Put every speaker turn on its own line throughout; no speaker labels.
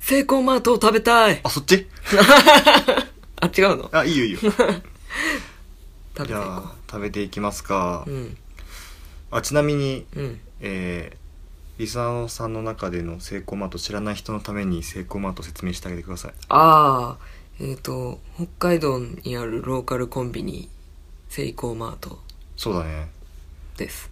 セイコーマートを食べたい
あ、そっち
あ、違うの
あ、いい よいいよ。
食べ
じ
たい
ゃあ、食べていきますか
う。ん。
あ、ちなみに、
うん。
えー、リサーさんの中でのセイコーマート知らない人のためにセイコーマートを説明してあげてください。
ああ、えっ、と、北海道にあるローカルコンビニ、セイコーマート
そうだね。
です。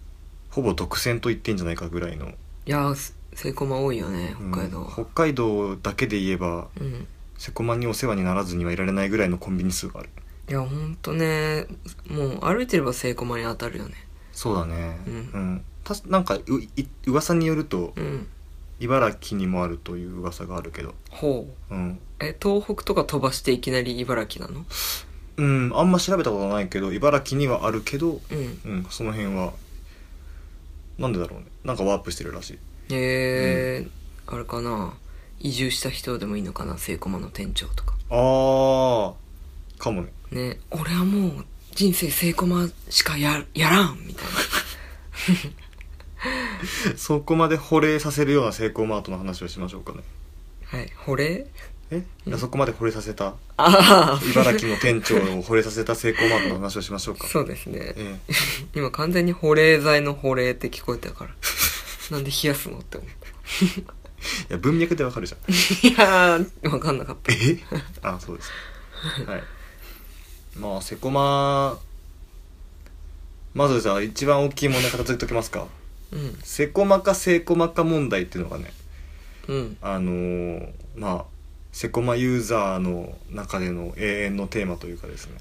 ほぼ独占と言ってんじゃないかぐらいの。
いやー、セセイコーマ多いよね、北海道
うん
は
北海道だけで言えば、
うん。
セコマにお世話にならずにはいられないぐらいのコンビニ数がある。
いや、ほんとね、もう歩いてればセイコーマに当たるよね。
そうだね。
うん
たしなんかうい噂によると
うん。
茨城にもあるという噂があるけど、
ほう。
うん、
え、東北とか飛ばしていきなり茨城なの
うん、あんま調べたことないけど茨城にはあるけど、
うん。
うん、その辺はなんでだろうねなんかワープしてるらしい
えー、あれかな。移住した人でもいいのかな、セイコーマの店長とか。
あーかもね
ね、俺はもう人生セイコーマしかややらんみたいな。
そこまで保冷させるようなセイコーマートの話をしましょうかね
はい、保冷
え、いやそこまで保冷させた
ああ、
茨城の店長を保冷させたセイコーマートの話をしましょうか
そうですね。
ええ
今完全に保冷剤の保冷って聞こえた から。なんで冷やすのって思っ
いや文脈でわかるじ ゃん
た。いやー、わかんなかった。
えあそうですはいまあセコマまずじゃあ一番大きい問題片付けときますか
うん、
セコマかセイコマか問題っていうのがね
うん、
あのーまあセコマユーザーの中での永遠のテーマというかですね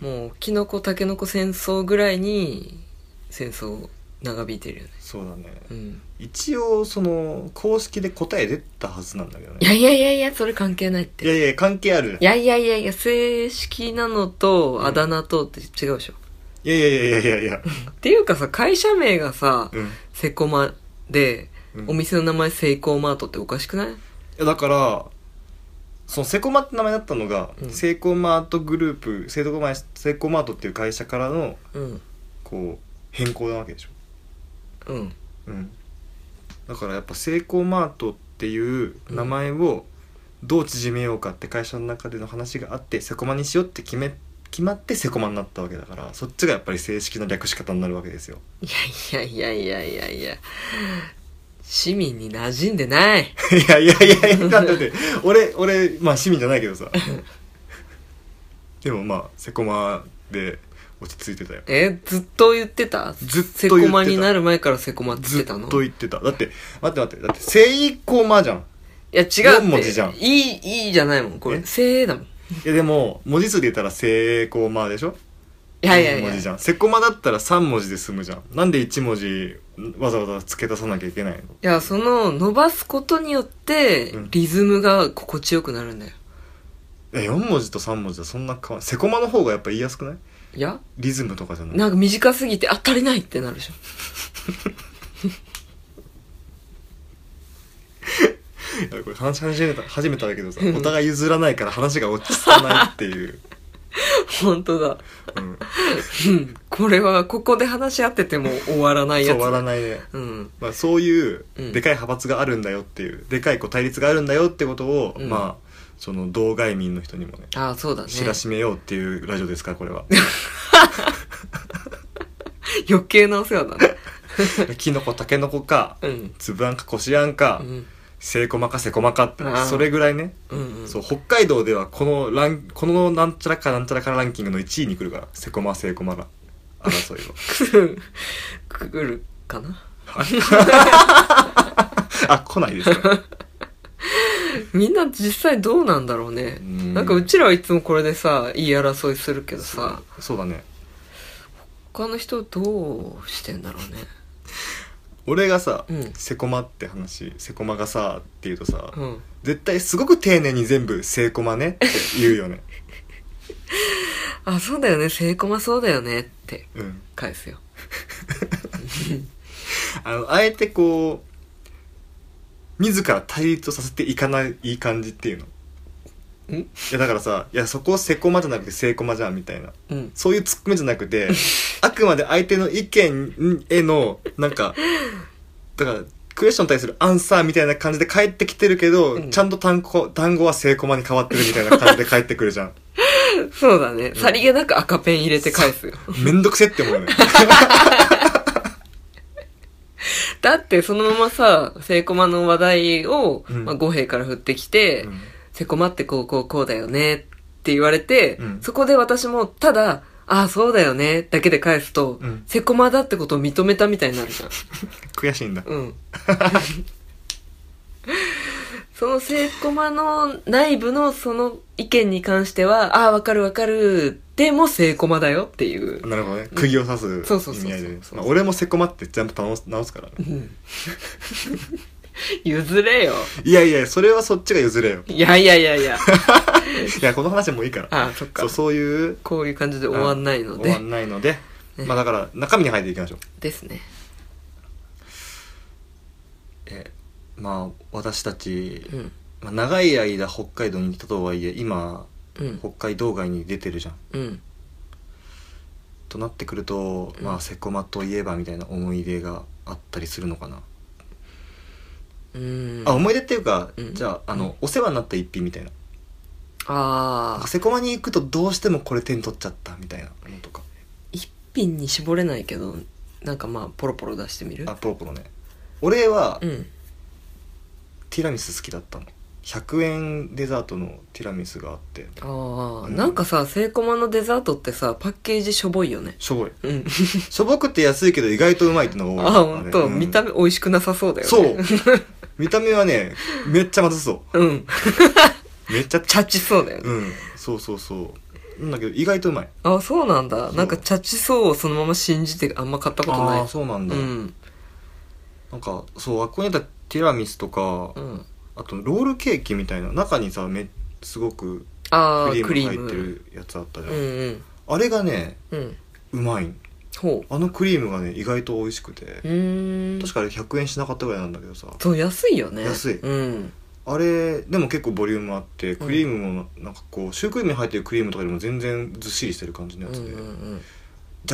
もう、キノコタケノコ戦争ぐらいに、戦争長引いてるよね。
そうだね
うん。
一応その公式で答え出たはずなんだけど
い
ね
やいやいやいや、それ関係ないっ
い
て。
やいや関係ある
いやいやいやいや、正式なのと、あだ名とって違うでしょ。
いやいやいやいやいやいや、
っていうかさ、会社名がさ、
うん、い
セコマで、
うん
お店の名前セイコーマートっておかしくない
やだからそのセコマって名前だったのが、
うん
セイコーマートグループセイコマセイコーマートっていう会社からの
うん、
こう変更なわけでしょ、
うん、
うん、だからやっぱセイコーマートっていう名前をどう縮めようかって会社の中での話があってセコマにしようって決め決まってセコマになったわけだからそっちがやっぱり正式な略し方になるわけですよ
いやいやいやいやいやいや市民に馴染んでない
いやいやいやいや、なんだって、俺、俺、まあ市民じゃないけどさ。でもまあ、セコマで落ち着いてたよ。
えずっと言ってた
ずっと言ってた
セコマになる前からセコマって言っ
ず
て
った
の
と言ってた。だって、待って待って、だって、セイコマじゃん。
いや違うって
四文字じゃん
いいいいじゃないもんこれ
え
せーだもんい
いやでも、文字数で言ったらセイコマでしょ
やいやい
四文
や
字じゃん。セコマだったら3文字で済むじゃん。なんで1文字わざわざ付け足さなきゃいけないの
いやその伸ばすことによって
うん
リズムが心地よくなるんだよ
え、4文字と3文字はそんな変わんセコマの方がやっぱ言いやすくない
いや
リズムとかじゃない。
なんか短すぎてあ足りないってなるでしょ
いやこれ話し始めた、始めたんだけどさ、お互い譲らないから話が落ち着かないっ ていう。
本当だ
うん、
うんこれはここで話し合ってても終わらない
そ
や
う
つ
終わらないね、
うん
まあ、そういう
うん
でかい派閥があるんだよっていう、でかいこう対立があるんだよってことを、
うん
まあその道外民の人にもね
ああそうだね
知らしめようっていうラジオですから これは
余計なお世話だね
キノコタケノコか
うん
つぶあんかこしあんか、
うん
せいこまかせこまかって
あー
それぐらいね、
うんうん
そう北海道ではこのランこのなんちゃらかなんちゃらかランキングの1位に来るからせこませいこまが争 いは
くぐるかな
あ来ない ですか
みんな実際どうなんだろうね
うん
なんかうちらはいつもこれでさ言い争いするけど
そ
さ
うそうだね
他の人どうしてんだろうね
俺がさ、
うん
セコマって話セコマがさって言うとさ、
うん
絶対すごく丁寧に全部セコマねって言う よね
あそうだよねセイコマそうだよねって
うん
返すよ
あのあえてこう自ら対立をさせていかないいい感じっていうの
ん
いやだからさいやそこセコマじゃなくてセコマじゃんみたいな
うん
そういうツッコミじゃな くてあくまで相手の意見へのなんかだからクエスチョンに対するアンサーみたいな感じで返ってきてるけど、
うん
ちゃんと単語単語はセイコマに変わってるみたいな感じで返ってくるじゃん
そうだね。さりげなく赤ペン入れて返すよ。
めんどくせって思う よね
だってそのままさ、セイコマの話題を、
うん
まあ、五兵から振ってきて、
うん
セコマってこうこうこうだよねって言われて、
うん
そこで私もただ、ああ、そうだよねだけで返すと、
うん
セコマだってことを認めたみたいになるじゃん。
悔しいんだ
うん。そのセコマの内部のその意見に関しては、ああ、わかるわかる。でもセコマだよっていう。
なるほどね釘を刺す
そうそうそうそう
意味合いでねまあ俺もセコマって全部直す直すからね
うん 譲れよ。
いやいやそれはそっちが譲れよ
いやいやいやいや。
いやこの話もういいから
ああ、そっか
そう。そういう
こういう感じで終わんないの
終わ
で。
んないので、
ね
まあだから中身に入っていきましょう
ですね。
えまあ私たち、
うん。
まあ、長い間北海道に来たとはいえ今
うん。
北海道外に出てるじゃん
うん。
となってくると、
うん
まあセコマといえばみたいな思い出があったりするのかな、
うん。
あ思い出っていうか、
うん
じゃああの、お世話になった一品みたいな
ああ
セコマに行くとどうしてもこれ手に取っちゃったみたいなのとか
一品に絞れないけどなんかまあポロポロ出してみる
あポロポロね俺は、
うん
ティラミス好きだったの100円デザートのティラミスがあって
ああ、
うん
なんかさセイコマのデザートってさパッケージしょぼいよね
しょぼい
うん
しょぼくって安いけど意外とうまいってのが多い
あ本当、
れうん
見た目美味しくなさそうだよね
そう見た目はねめっちゃまずそう
うん
うめっちゃ
チャチそうだよね、
うんそうそうそうなんだけど意外とうまい
あそうなんだ
そう
なんかチャチそうをそのまま信じてあんま買ったことない
あーそうなんだ、
うん
なんかそうあっこにあったティラミスとか、
うん
あとロールケーキみたいな中にさめすごく
あ
ク
あ
リー
クリー
ム入っ
ム
てるやつあったじゃん、
うんうん
あれがね
うん
うまい
ほ
あのクリームがね意外と美味しくて
ううーん
確かあれ100円しなかったぐらいなんだけどさ
そう安いよね
安い
うん
あれでも結構ボリュームあってクリームもなんかこうシュークリームに入ってるクリームとかよりも全然ずっしりしてる感じの
うん
や
うんう
つで、
ん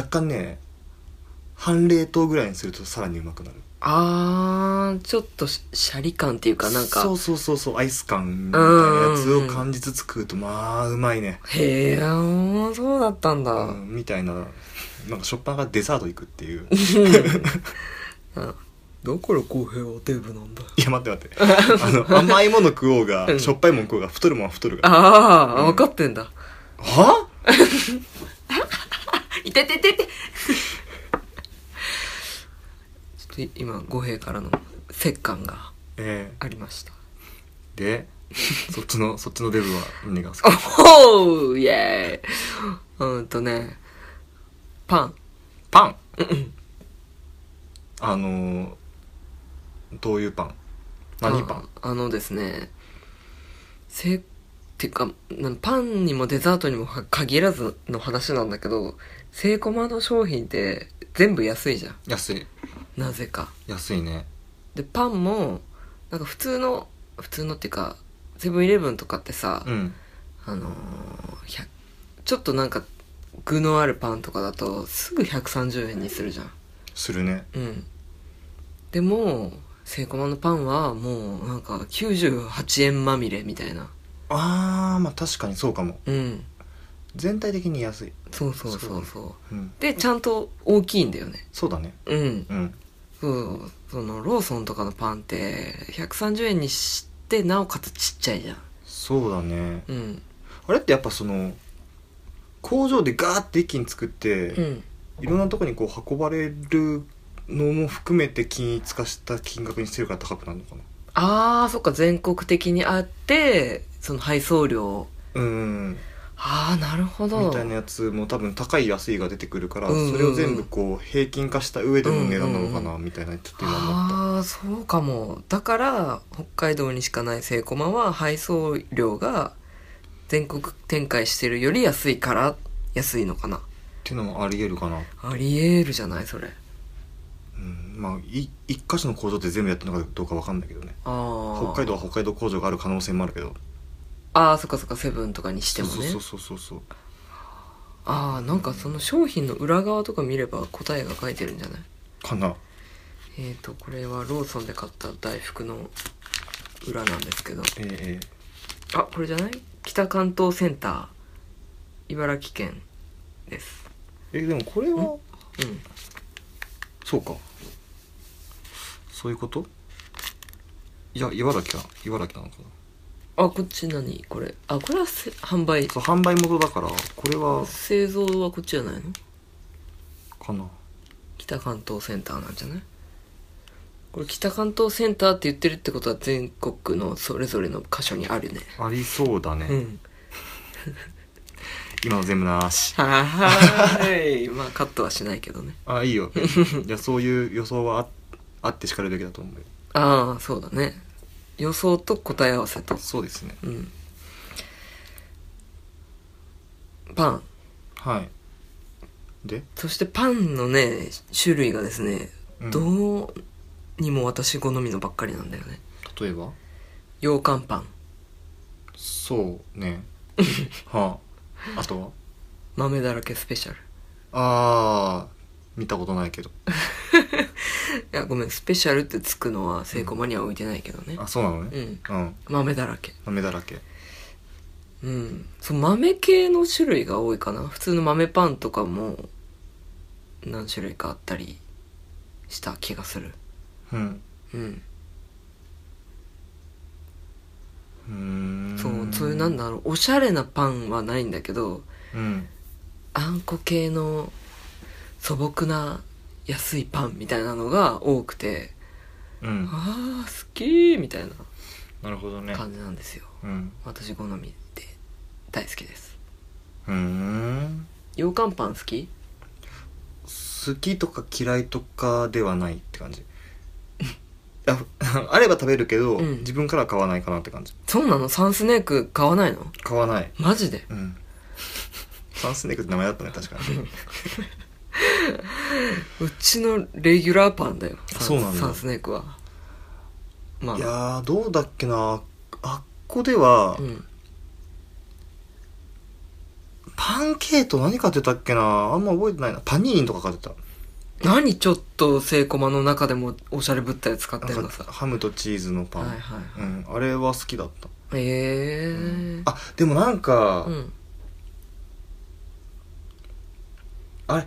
若干ね半冷凍ぐらいにするとさらにうまくなる
あーちょっとしシャリ感っていうかなんか
そうそうそうそうアイス感みたいなやつを感じつつ食うとまあうまいね、
へえそうだったんだ、
うんみたいななんかしょっぱなからデザート行くっていう
だから公平はデブなんだ
いや待って待ってあの甘いもの食おうが、
うん
しょっぱいもの食おうが太るものは太るが
ああ、
うん
分かってんだ
はい
てててて ちょっと今五平からの折感が
え
ありました
ーでそっちのそっちのデブは何が好き
おほーイ エーイうんとねパン
パンあのーどういうパン何パン
ああのですねせっていうかなんパンにもデザートにもは限らずの話なんだけどセイコマの商品って全部安いじゃん
安い
なぜか
安いね
でパンもなんか普通の普通のっていうかセブンイレブンとかってさ、
うん
あのーひゃちょっとなんか具のあるパンとかだとすぐ130円にするじゃん
するね
うんでもセイコマのパンはもうなんか98円まみれみたいな
あーまあ確かにそうかも
うん
全体的に安い
そうそうそうそう
うん
でちゃんと大きいんだよね
そうだね
うん
うん
そうそのローソンとかのパンって130円にしてなおかつちっちゃいじゃん
そうだね
うん
あれってやっぱその工場でガーって一気に作って、
うん
いろんなとこにこう運ばれるのも含めて均一化した金額にしてるから高くなるのかな
ああそっか全国的にあってその配送料
うん
ああなるほど
みたいなやつも多分高い安いが出てくるから、
うんうんうん
それを全部こう平均化した上での値段なのかなみたいなちょっと今思った、
ああそうかもだから北海道にしかないセイコマは配送料が全国展開してるより安いから安いのかな
っていうのもありえるかな、
ありえるじゃないそれ
うん、まあい一箇所の工場って全部やってるのかどうかわかんないけどね
あ
北
あ
海道は北海道工場がある可能性もあるけど
ああそっかそっかセブンとかにしてもね
そうそうそうそうそう
ああなんかその商品の裏側とか見れば答えが書いてるんじゃない
かな
えー、とこれはローソンで買った大福の裏なんですけど
えー、え
あこれじゃない北関東センター茨城県です
ーえでもこれは
うん
そうかそういうこといや茨城か茨城なのかな
あこっち何これあこれはせ販売
そう販売元だからこれは
製造はこっちじゃないの
かな
北関東センターなんじゃないこれ北関東センターって言ってるってことは全国のそれぞれの箇所にあるね
ありそうだね、
うん
今の全部なし
はーいまあカットはしないけどね
あい いよいやそういう予想はああってしかるべきだと思うよ
ああそうだね予想と答え合わせと
そうですね
うんパン
はいで、
そしてパンのね種類がですね、
うん
どうにも私好みのばっかりなんだよね
例えば
羊羹パン
そ うねはああとは
豆だらけスペシャル
ああ見たことないけど
いやごめんスペシャルってつくのはセイコマには置いてないけどね
あそうなの
う
ね
ん
うん
豆だらけ
豆だらけ
うんそう豆系の種類が多いかな普通の豆パンとかも何種類かあったりした気がする
うん
うん
うーん
そうそういうなんだろうおしゃれなパンはないんだけど
うん
あんこ系の素朴な安いパンみたいなのが多くて
うん
ああ好きーみたいな
なるほどね
感じなんですよ
うん
私好みで大好きです
うーん
羊羹パン好き
好きとか嫌いとかではないって感じ ああれば食べるけど、
うん
自分からは買わないかなって感じ
そうなのサンスネーク買わないの
買わない
マジで
うんサンスネークって名前だったね確かに
うちのレギュラーパンだよサン
そうなんだ
サンスネークはま
い
あ
やーどうだっけなあっこでは、
うん
パンケート何買ってたっけなあんま覚えてないなパニーニとか買ってた
何ちょっとセイコマの中でもおしゃれ物体使ってん
なん
のさ
かハムとチーズのパン、
はいはい
うん、あれは好きだった、
ええ
う
ー、
んあでもなんか、
うん
あれ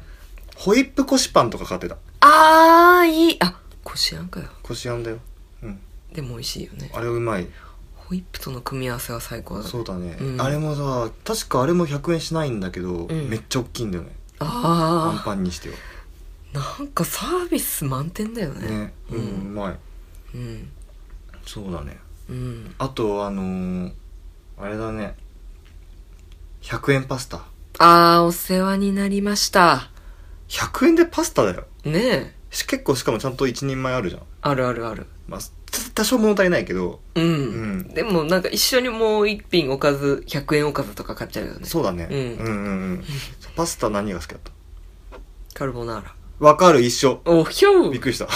ホイップこしパンとか買ってた
ああいいあこしあんかよ
こしあんだようん
でも美味しいよね
あれうまい
ホイップとの組み合わせは最高だ
そうだね、
うん
あれもさ確かあれも100円しないんだけど、
うん
めっちゃ大きいんだよねアン
あ
パンにしては
あなんかサービス満点だよね
ねうん、
う
うんまい
うん
そうだね
うん
あとあのー、あれだね100円パスタ
ああお世話になりました
100円でパスタだよ
ねえ
し結構しかもちゃんと一人前あるじゃん
あるあるある
まあつ多少物足りないけど、
うん、
うん
でもなんか一緒にもう一品おかず100円おかずとか買っちゃうよね
そうだね、
うん
うんうんうんそうパスタ何が好きだった
カルボナーラ
わかる一緒
おひょう
びっくりした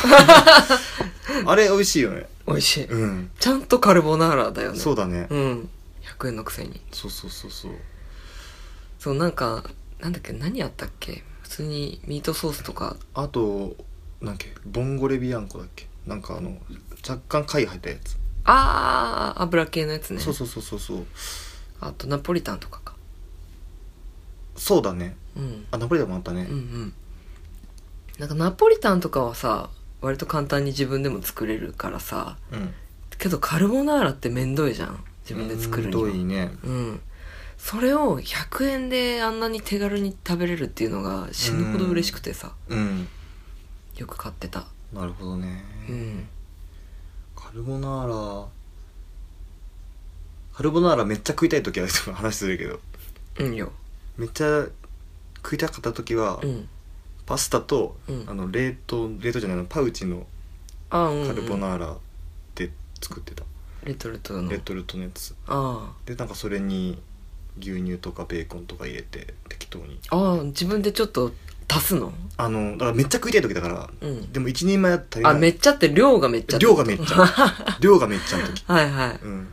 あれ美味しいよね
美味しい
うん
ちゃんとカルボナーラだよね
そうだね、
うん100円のくせに
そうそうそうそう
そうなんかなんだっけ何あったっけ普通にミートソースとか
あとなんだっけボンゴレビアンコだっけなんかあの若干貝入ったやつ、
ああ油系のやつね
そうそうそうそうそう
あとナポリタンとかか
そうだね
うん
あナポリタンもあったね
うんうんなんかナポリタンとかはさ割と簡単に自分でも作れるからさ
うん、
けどカルボナーラってめんどいじゃん自分で作るには
うんどいね
うん、それを100円であんなに手軽に食べれるっていうのが死ぬほど嬉しくてさ、
うん
よく買ってた
なるほどね、
うん
カルボナーラカルボナーラめっちゃ食いたい時は話するけど
うんよ
めっちゃ食いたかった時は、
うん
パスタと、
うん
あの冷凍冷凍じゃないのパウチの
あうん、うん、
カルボナーラで作ってた、
レトルトの
レトルトのやつ
あ
でなんかそれに牛乳とかベーコンとか入れて適当に
あああ自分でちょっと足すの
あのだからめっちゃ食いたい時だから、
うん
でも一人前だったら
あめっちゃって量がめっちゃ
量がめっち ゃ量がめっちゃの時
はいはい
うん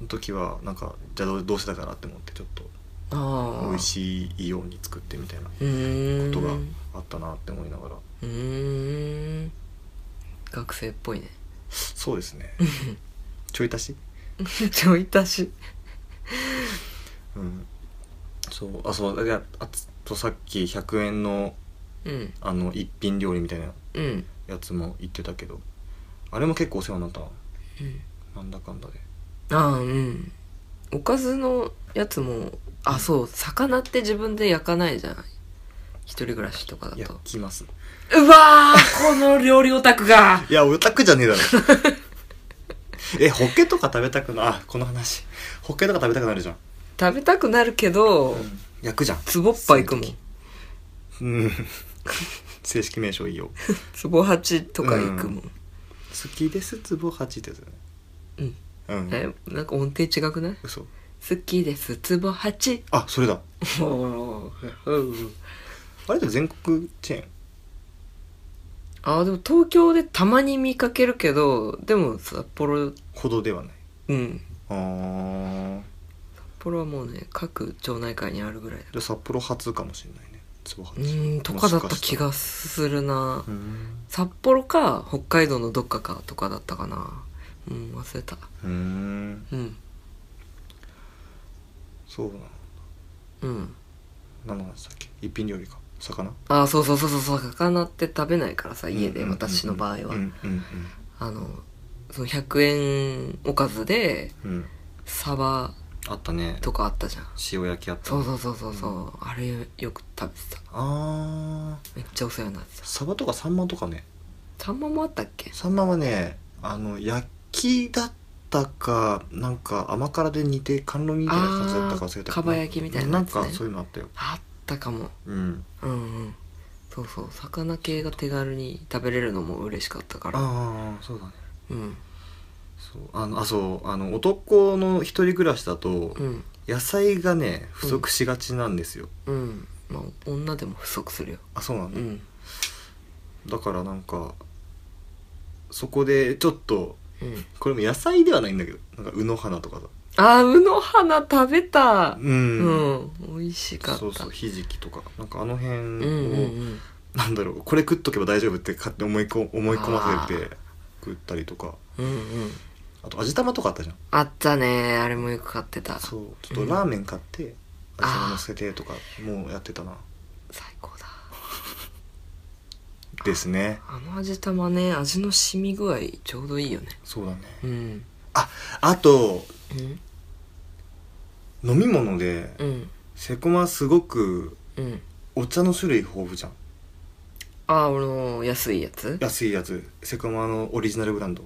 の時はなんかじゃあどうどうしてたかなって思ってちょっと
ああ
美味しいように作ってみたいなこ
うーん
とがあったなって思いながら
うーん学生っぽいね
そうですねちょい足し
ちょい足し
うんそうあそうでああとさっき100円の
うん
あの一品料理みたいな
うん
やつも言ってたけどあれも結構お世話になったな
うん
なんだかんだで
ああうんおかずのやつもあそう魚って自分で焼かないじゃん一人暮らしとかだ
焼
と
きます
うわーこの料理オタクが
いやオタクじゃねえだろ えホッケとか食べたくなあこの話ホッケとか食べたくなるじゃん、
食べたくなるけど
焼くじゃん
つぼっぱいくもん
うん 正式名称いいよ
つぼ八とか行くもん、
好きですつぼ八ってやつだね
うん
うん
えなんか音程違くない
嘘
好きですつぼ八
あそれだ
おー
あれって全国チェーン
あーでも東京でたまに見かけるけどでも札幌
ほどではない
うん
あー
札幌はもうね各町内会にあるぐらいだ
じゃあ札幌初かもしれないねつぼ
う
八
ーんとかだった気
もし
がするな
したらうん
札幌か北海道のどっかかとかだったかなうん忘れた
うん
うん
そう
うん
な何の話だっけ一品料理か魚
ああそうそうそうそうそう魚って食べないからさ家で
うんうんうんうん
私の場合は
うんうん
あのその100円おかずで
うんうん
サバ
あったね
とかあったじゃん
塩焼きあった
そうそうそうそうそうあれよく食べてた
あー
めっちゃお世話になって
サバとかサンマとかね
たサンマもあったっけ
サンマはねあの焼きだったかなんか甘辛で煮て甘露煮みたいな感じだったか忘れたけ
あ
ど
ーかば焼きみたいな
な
や
ん
つね
かそういうのあったよ
あったかも
うん
うんうんそうそう魚系が手軽に食べれるのも嬉しかったから
ああそうだね
うん
そうあのあそうあの男の一人暮らしだと
うん
野菜がね不足しがちなんですよ、
うんまあ女でも不足するよ
あそうなん
う
だ、
ん
だからなんかそこでちょっと
うん
これも野菜ではないんだけどなんか卯の花とかさ
あうの花食べた
う、
うんん、美味しかった
そうそうひじきとかなんかあの辺を、
うんうんうん
なんだろうこれ食っとけば大丈夫って勝手に思いこ思い込ませて食ったりとか
うんうん
あと味玉とかあったじゃん
あったねあれもよく買ってた
そうちょっとラーメン買って
ん
味玉乗せてとかもうやってたな
最高だ
ですね
あの味玉ね味の染み具合ちょうどいいよね
そうだね
うん
あと
うん
飲み物で
うん
セコマすごく
うん
お茶の種類豊富じゃん
ああ俺の安いやつ
安いやつセコマのオリジナルブランド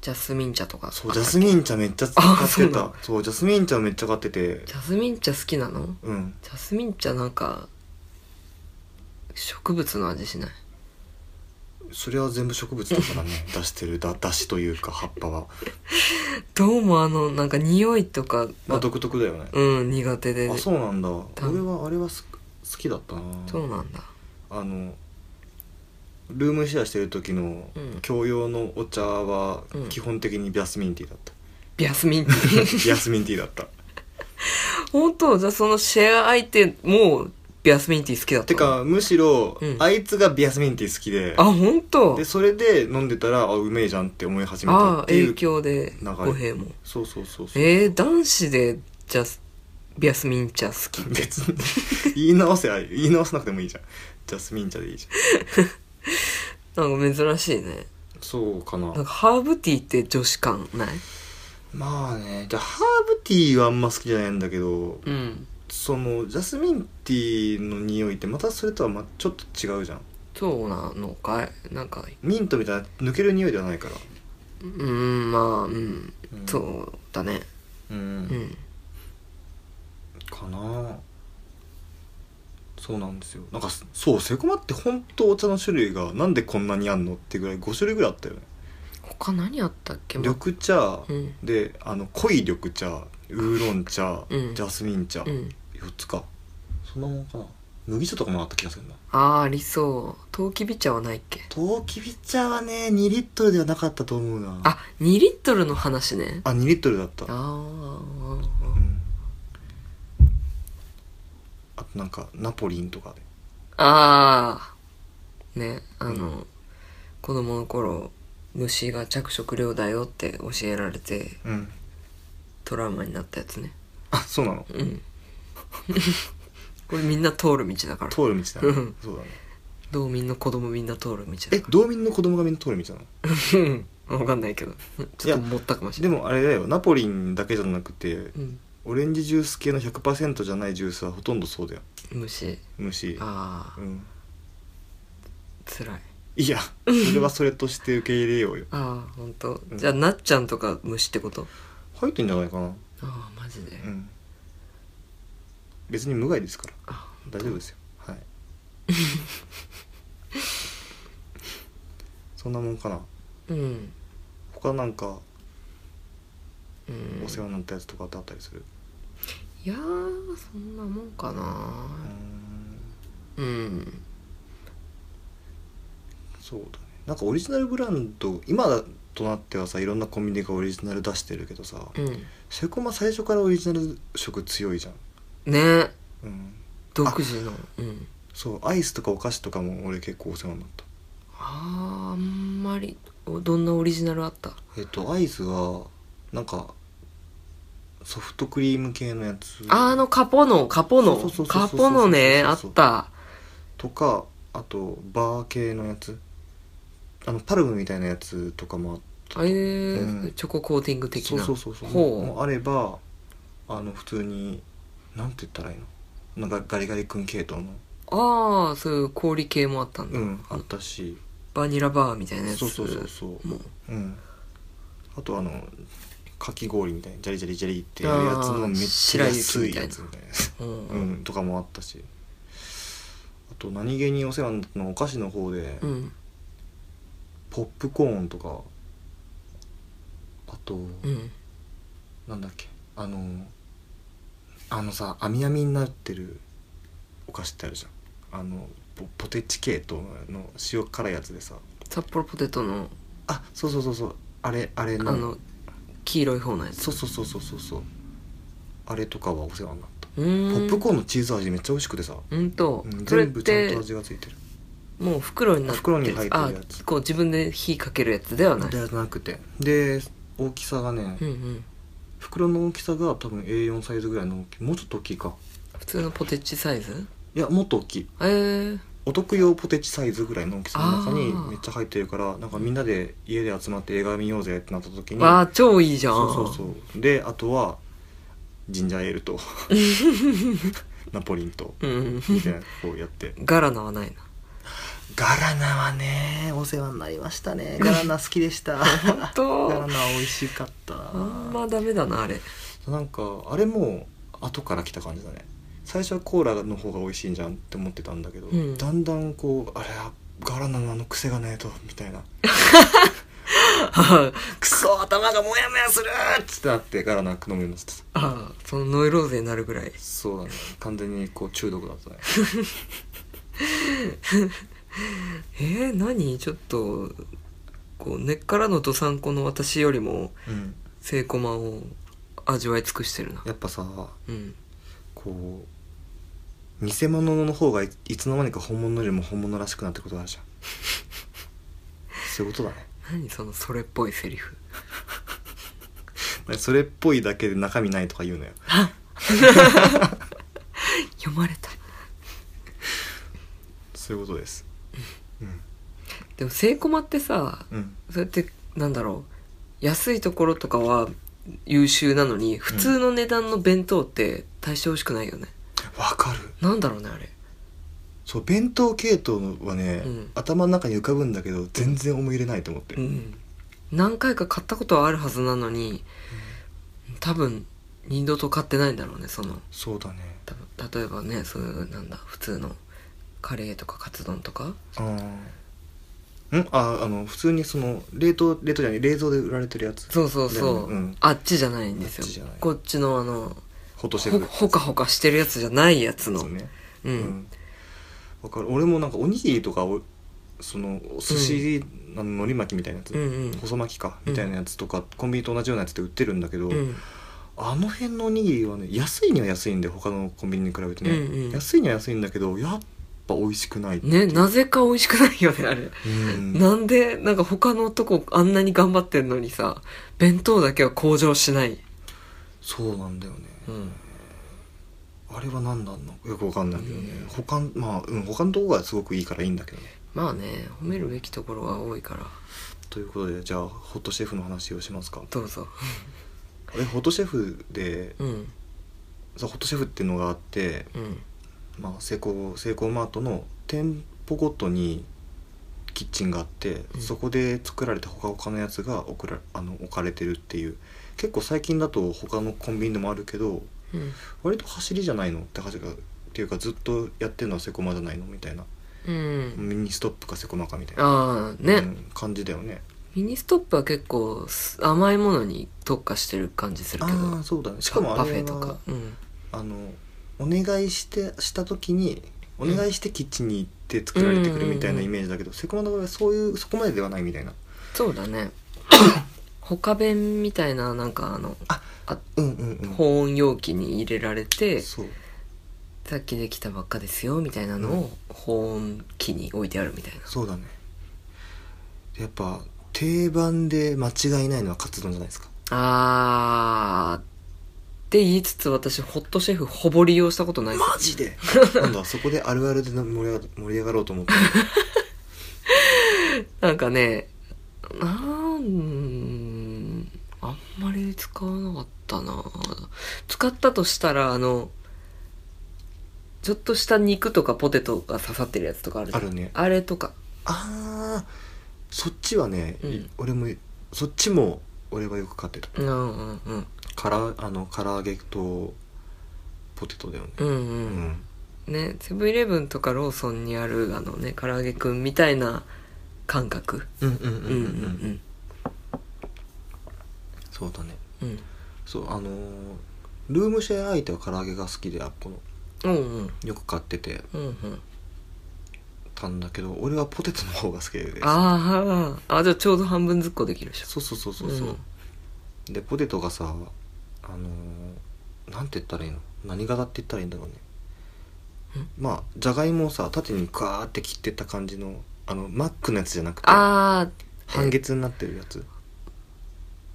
ジャスミン茶とか
そう
あ
ジャ
ったっ
ス
け
ミン茶めっちゃ使
あ
って
そうな
た
の
そうジャスミン茶めっちゃ買ってて
ジャスミン茶好きなの
うん
ジャスミン茶なんか植物の味しない
それは全部植物だ からね出してるだ出汁というか葉っぱは
どうもあのなんか匂いとか
ま
が
あ独特だよね
うん苦手で
あそうなんだ
多
俺
分
はあれはす好きだったな
そうなんだ
あのルームシェアしてる時の
うん
共用のお茶は
うん
基本的にジャスミンティーだった、
ジャスミン茶
ジャスミンティーだ った
本当じゃあそのシェア相手もビアスミンティー好きだった
て
の
かむしろ、
うん
あいつがビアスミンティー好きで
あ本当
でそれで飲んでたらあうめえじゃんって思い始め
あ
た
あ
っていう
影響で
流れ
語弊も
そうそうそうそう
えー、男子でジャスビアスミン茶好き
別に 言い直せあ言い直さなくてもいいじゃんジャスミン茶でいいじゃ
なんか珍しいね
んそうかな
なんかハーブティーって女子感ない
まあねじゃあハーブティーはあんま好きじゃないんだけど
うん
そのジャスミンティーの匂いってまたそれとはまちょっと違うじゃん
そうなのかいなんか
ミントみたいな抜ける匂いではないから
うーんまあうん、
うん
そうだね
うん、
うん
かなそうなんですよなんかすそうセコマって本当お茶の種類がなんでこんなにあんのってぐらい5種類ぐらいあったよね
他何あったっけま
緑茶、
うん
であの濃い緑茶ウーロン茶、
うん
ジャスミン茶、
う
四
ん
4つかそんなもんかな麦茶とかもあった気がするな
ああありそうトウキビ茶はないっけ
トウキビ茶はね2リットルではなかったと思うな
あ2リットルの話ね
あ2リットルだっ
あ
た
あ
うんあとなんかナポリンとかで
ああねあの、
う
子供の頃虫が着色料だよって教えられて
うん
トラウマになったやつね
あそうなの
うん これみんな通る道だから
通る道だ、
う
ね
ん、
そうだね
道民の子供みんな通る道だ
え
か
道民の子供がみんな通る道なの
ら分かんないけどちょっと持ったかもしれ
で
ない
もあれだよナポリンだけじゃなくて
うん、
オレンジジュース系の100%じゃないジュースはほとんどそうだよ
虫
虫
ああ
うん
つらい
いやそれはそれとして受け入れようよ
ああ本当、
うん
じゃあなっちゃんとか虫ってこと
入ってんじゃないかな
ああマジで、
うん別に無害ですから
あ
大丈夫ですよ はいそんなもんかな
うん
他なんか
うん
お世話になったやつとかってあったりする
いやーそんなもんかな
うーん
うん、
そうだねなんかオリジナルブランド今となってはさいろんなコンビニがオリジナル出してるけどさ
うん、
セコマ最初からオリジナル色強いじゃん
ね
うん
独自のうん
そうアイスとかお菓子とかも俺結構お世話になった
あーあんまりおどんなオリジナルあった
えっとアイスはなんかソフトクリーム系のやつ
ああのカポノカポノ
そうそうそうそうそう
カ
そう
ポノねあ
そ
っ
うそうそう
た
とかあとバー系のやつあのパルムみたいなやつとかもあって
あええ
うん
チョココーティング的
そう
な
そうそうそうも
ほ
うあればあの普通になんて言ったらいいのなんかガリガリ君系統の
うああそういう氷系もあったんだ、
うんあったし
バニラバーみたいなやつ
そうそうそうそう
もう
うんあとあのかき氷みたいなジャリジャリジャリってやるやつのめっちゃ安いやつみたい
う
な
んう、
うんん、とかもあったしあと何気にお世話になったのはお菓子の方で、
うん
ポップコーンとかあと、
うん、
なんだっけあのあのさ網網になってるお菓子ってあるじゃんあのポポテチ系統の塩辛いやつでさ
札幌ポテトの
あそうそうそうそうあれあれ
あの黄色い方のやつ
そうそうそうそうそうそうあれとかはお世話になった、
うーん
ポップコーンのチーズ味めっちゃ美味しくてさ、
うんと、
うん
それっ
全部ちゃん
て
と味がついてる
もう袋になって
袋に入ってるやつ
あこう自分で火かけるやつではない
ではなくてで大きさがね、
うんうん
袋の大きさが多分 A4 サイズぐらいの大きいもうちょっと大きいか
普通のポテチサイズ
いやもっと大きい
えー、
お得用ポテチサイズぐらいの大きさの中に
あー
めっちゃ入ってるからなんかみんなで家で集まって映画見ようぜってなった時に
わあ超いいじゃん
そうそうそうであとはジンジャーエール とナポリンと
う、うん、
みたいなこうやって
ガラナはないな
ガラナはねお世話になりましたねガラナ好きでした ガ
と
ラナ美味しかった
あんまダメだなあれ
なんかあれも後から来た感じだね最初はコーラの方が美味しいんじゃんって思ってたんだけど、
うん
だんだんこうあれはガラナのあの癖がねえとみたいなクソ頭がモヤモヤするっつってなってガラナ飲むようになってた
ああそのノイローゼになるぐらい
そうだね完全にこう中毒だったね
えー、何ちょっとこう根っからのどさんこの私よりも
うん
セイコマを味わい尽くしてるな
やっぱさ
うん
こう偽物の方がいいつの間にか本物よりも本物らしくなってことあるじゃんそういうことだね
何そのそれっぽいセリフ
それっぽいだけで中身ないとか言うのよ
読まれた
そういうことですうん
でもセイコマってさ
うん
そうやってなんだろう安いところとかは優秀なのに普通の値段の弁当って大して美味しくないよね、
わかる
なんだろうねあれ
そう弁当系統はね、
うん
頭の中に浮かぶんだけど全然思い入れないと思って、
うん何回か買ったことはあるはずなのに、多分二度と買ってないんだろうねその
そうだね
多分例えばねそういうなんだ普通のカレーとかカツ丼とか
うんんああの普通にその冷凍冷凍じゃない冷蔵で売られてるやつ
そうそうそう、
うん
あっちじゃないんです
あっちじゃ
よ
ない
こっちのあの
ほっとして
ほ
くる
ほかほかしてるやつじゃないやつの
そうね
う、
うんわかる俺もなんかおにぎりとかをそのお寿司、あの海苔巻きみたいなやつ、
うんうん
細巻きか
うん
みたいなやつとか、コンビニと同じようなやつで売ってるんだけど、
うん
あの辺のおにぎりはね安いには安いんで他のコンビニに比べてね、
うんうん
安いには安いんだけどやっぱ美味しくないってい
ね
う
なぜか美味しくないよねあれ、
うん
なんでなんか他のとこあんなに頑張ってんのにさ弁当だけは向上しない、
そうなんだよね
うん、
あれは何なんだろうよくわかんないけどね他んまあうん他のとこがすごくいいからいいんだけどね
まあね褒めるべきところは多いから
ということでじゃあホットシェフの話をしますか
どうぞ
えホットシェフで
うん
さホットシェフっていうのがあって、
うん
まあ、セイコーセイコーマートの店舗ごとにキッチンがあって、
うん
そこで作られたほかほかのやつが送らあの置かれてるっていう結構最近だと他のコンビニでもあるけど
うん
割と走りじゃないのって走るっていうかずっとやってるのはセコマじゃないのみたいな
うん
ミニストップかセコマかみたいな、
ああね、
うん感じだよね
ミニストップは結構す甘いものに特化してる感じする
あ
け
あー
ど
そうだねしかも
パ
あ
フ
れ
ェ
は
とか、うん、
あのお願いしてした時にお願いしてキッチンに行って作られてくるみたいなイメージだけど、セコマの場合はそういうそこまでではないみたいな
そうだ ね他弁みたいななんかあの
うんうんうん
保温容器に入れられて、
そう
さっきできたばっかですよみたいなのを保温器に置いてあるみたいな
そうだねやっぱ定番で間違いないのはカツ丼じゃないですか
あーって言いつつ私ホットシェフほぼ利用したことないです
マジで なんだそこであるあるでな盛り上が盛り上がろうと思って
なんかねなんあんまり使わなかったな使ったとしたらあのちょっとした肉とかポテトが刺さってるやつとかあるじゃん
あるね
あれとか
ああそっちはね、い
うん
俺もそっちも俺はよく買ってた
うんうんうん
からあの唐揚げとポテトだよね
うんうん
う、
ねセブンイレブンとかローソンにあるあのね唐揚げくんみたいな感覚
うんうん
う
うん
う
んうんん
う
うん
ん
そうだね
うん
そうあのールームシェア相手は唐揚げが好きであっこの
うんうん
よく買ってて
うんうん
たんだけど俺はポテトの方が好きで
あーあじゃあちょうど半分ずっこできるでしょ
そうそうそうそうそう、でポテトがさあのーなんて言ったらいいの何型って言ったらいいんだろうねまあじゃがいもをさ縦にガーって切ってった感じのあのマックのやつじゃなくて
あ
半月になってるやつ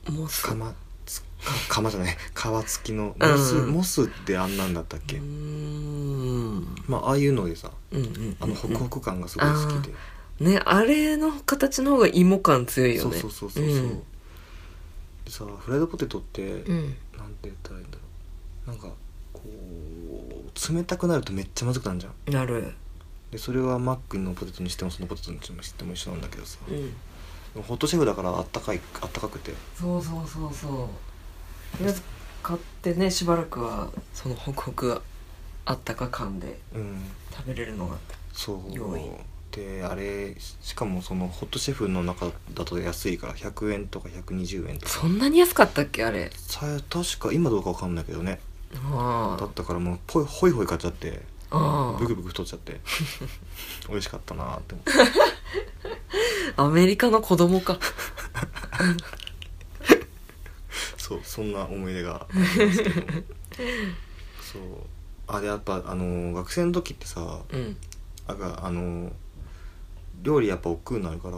あもうす
釜つか釜じゃない皮付きのモス、
うん
モスってあんなんだったっけ、
うーん
まあああいうのでさ
うんうん
あのホクホク感がすごい好きで、
ねあれの形の方が芋感強いよ
そう
ね
そうそうそうそう、
うん
でさフライドポテトって、
うん
なんて言ったらいいんだろうなんかこう冷たくなるとめっちゃまずくなるじゃん
なる
でそれはマックのポテトにしてもそのポテトにしても一緒なんだけどさ、
うん
ホットシェフだからあったかいあったかくて
そうそうそうそうとりあえず買ってねしばらくはそのホクホクあったか感で
うん
食べれるのが
そう
用意
であれしかもそのホットシェフの中だと安いから100円とか120円とか
そんなに安かったっけあれ
さ確か今どうかわかんないけどね
あ
だ
ー
ったからもうぽいホイホイ買っちゃって
あ
ブ
ー
クブク太っちゃって 美味しかったなーって思って
アメリカの子供か
そうそんな思い出がありますけどそうあれやっぱあの学生の時ってさ
うん
あがあの料理やっぱ億劫になるか
ん
ら、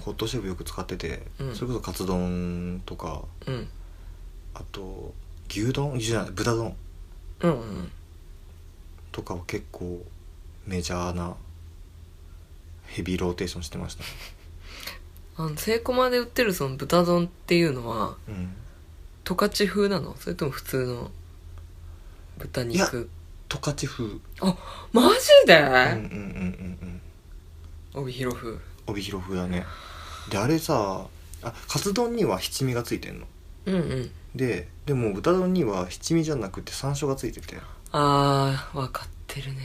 ホットシェフよく使ってて、
うん
それこそカツ丼とか
うん
あと牛丼牛じゃない豚丼
うんうん
とかは結構メジャーなヘビーローテーションしてました、
あのセイコマで売ってるその豚丼っていうのは
うん、
十勝風なのそれとも普通の豚
いや
肉
十勝風うん
マジ
うんうんうん
で、
うん
帯広風
帯広風だねであれさあカツ丼には七味がついてんの
うんうん
ででも豚丼には七味じゃなくて山椒がついてて
あー分かってるね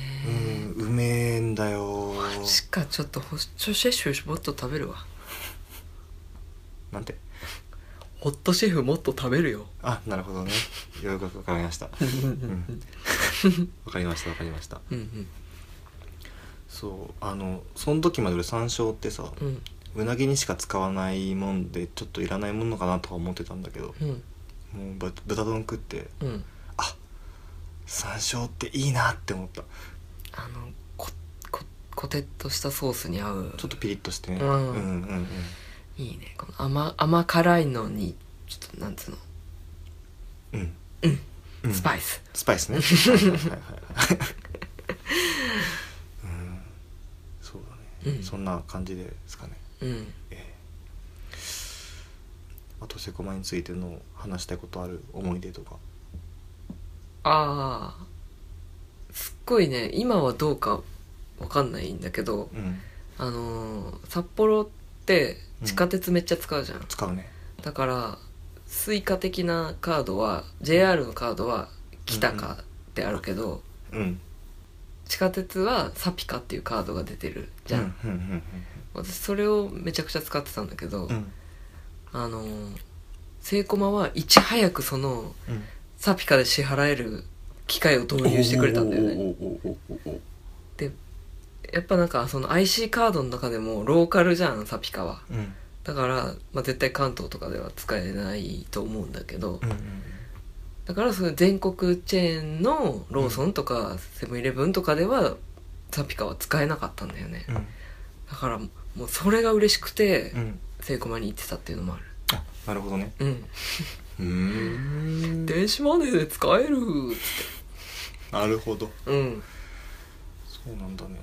うんうめえんだよ
マジかちょっとホットシェフもっと食べるわ
なんて
ホットシェフもっと食べるよ
あなるほどねよくわかりましたわ
うんう
うん
ん
かりましたわかりました
うん
そうあのその時まで俺山椒ってさ
うん
うなぎにしか使わないもんでちょっといらないものかなとか思ってたんだけど
うん
もうぶ豚丼食って
うん
あ山椒っていいなって思った
あのここコテッとしたソースに合う
ちょっとピリッとしてね、
う
うんん、うんうん
いいねこの甘甘辛いのにちょっとなんつうの、
うんうんう
スパイス
スパイスねはいはいはいはいうんそうだね、
うん
そんな感じですかね
うん
あとセコマについての話したいことある思い出とか
ああすっごいね今はどうかわかんないんだけど
うん
あのー札幌って地下鉄めっちゃ使うじゃん、
使うね
だからスイカ的なカードは JR のカードは北かってあるけど、
うん
地下鉄はサピカっていうカードが出てるじゃん、
うんうん
私それをめちゃくちゃ使ってたんだけど、
うんうん
あのーセイコマはいち早くその
うん
サピカで支払える機械を導入してくれたんだよね
おおおおおおお
やっぱなんかその IC カードの中でもローカルじゃんサピカは
うん
だから、まあ、絶対関東とかでは使えないと思うんだけど
うん
だからその全国チェーンのローソンとかセブンイレブンとかではサピカは使えなかったんだよね
うん
だからもうそれが嬉しくて
うんうん
セイコマに行ってたっていうのもある
あなるほどね
うん
うーん
電子マネーで使える
なるほど
うん
そうなんだね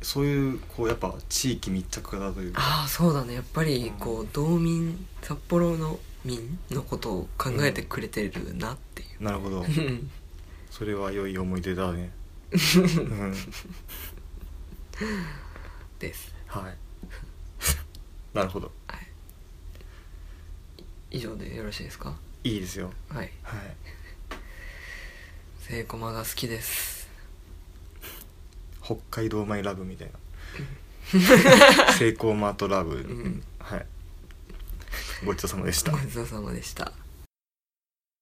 そういうこうやっぱ地域密着型というか
ああそうだねやっぱりこう道民札幌の民のことを考えてくれてるなってい
なるほど
う、うん、
それは良い思い出だねうん
です
はいなるほど
以上でよろしいですか
いいですよ
はい
はい
セイコマが好きです
北海道マイラブみたいなセイコーマートラブ、
うん
はいごちそうさまでした
ごちそうさまでした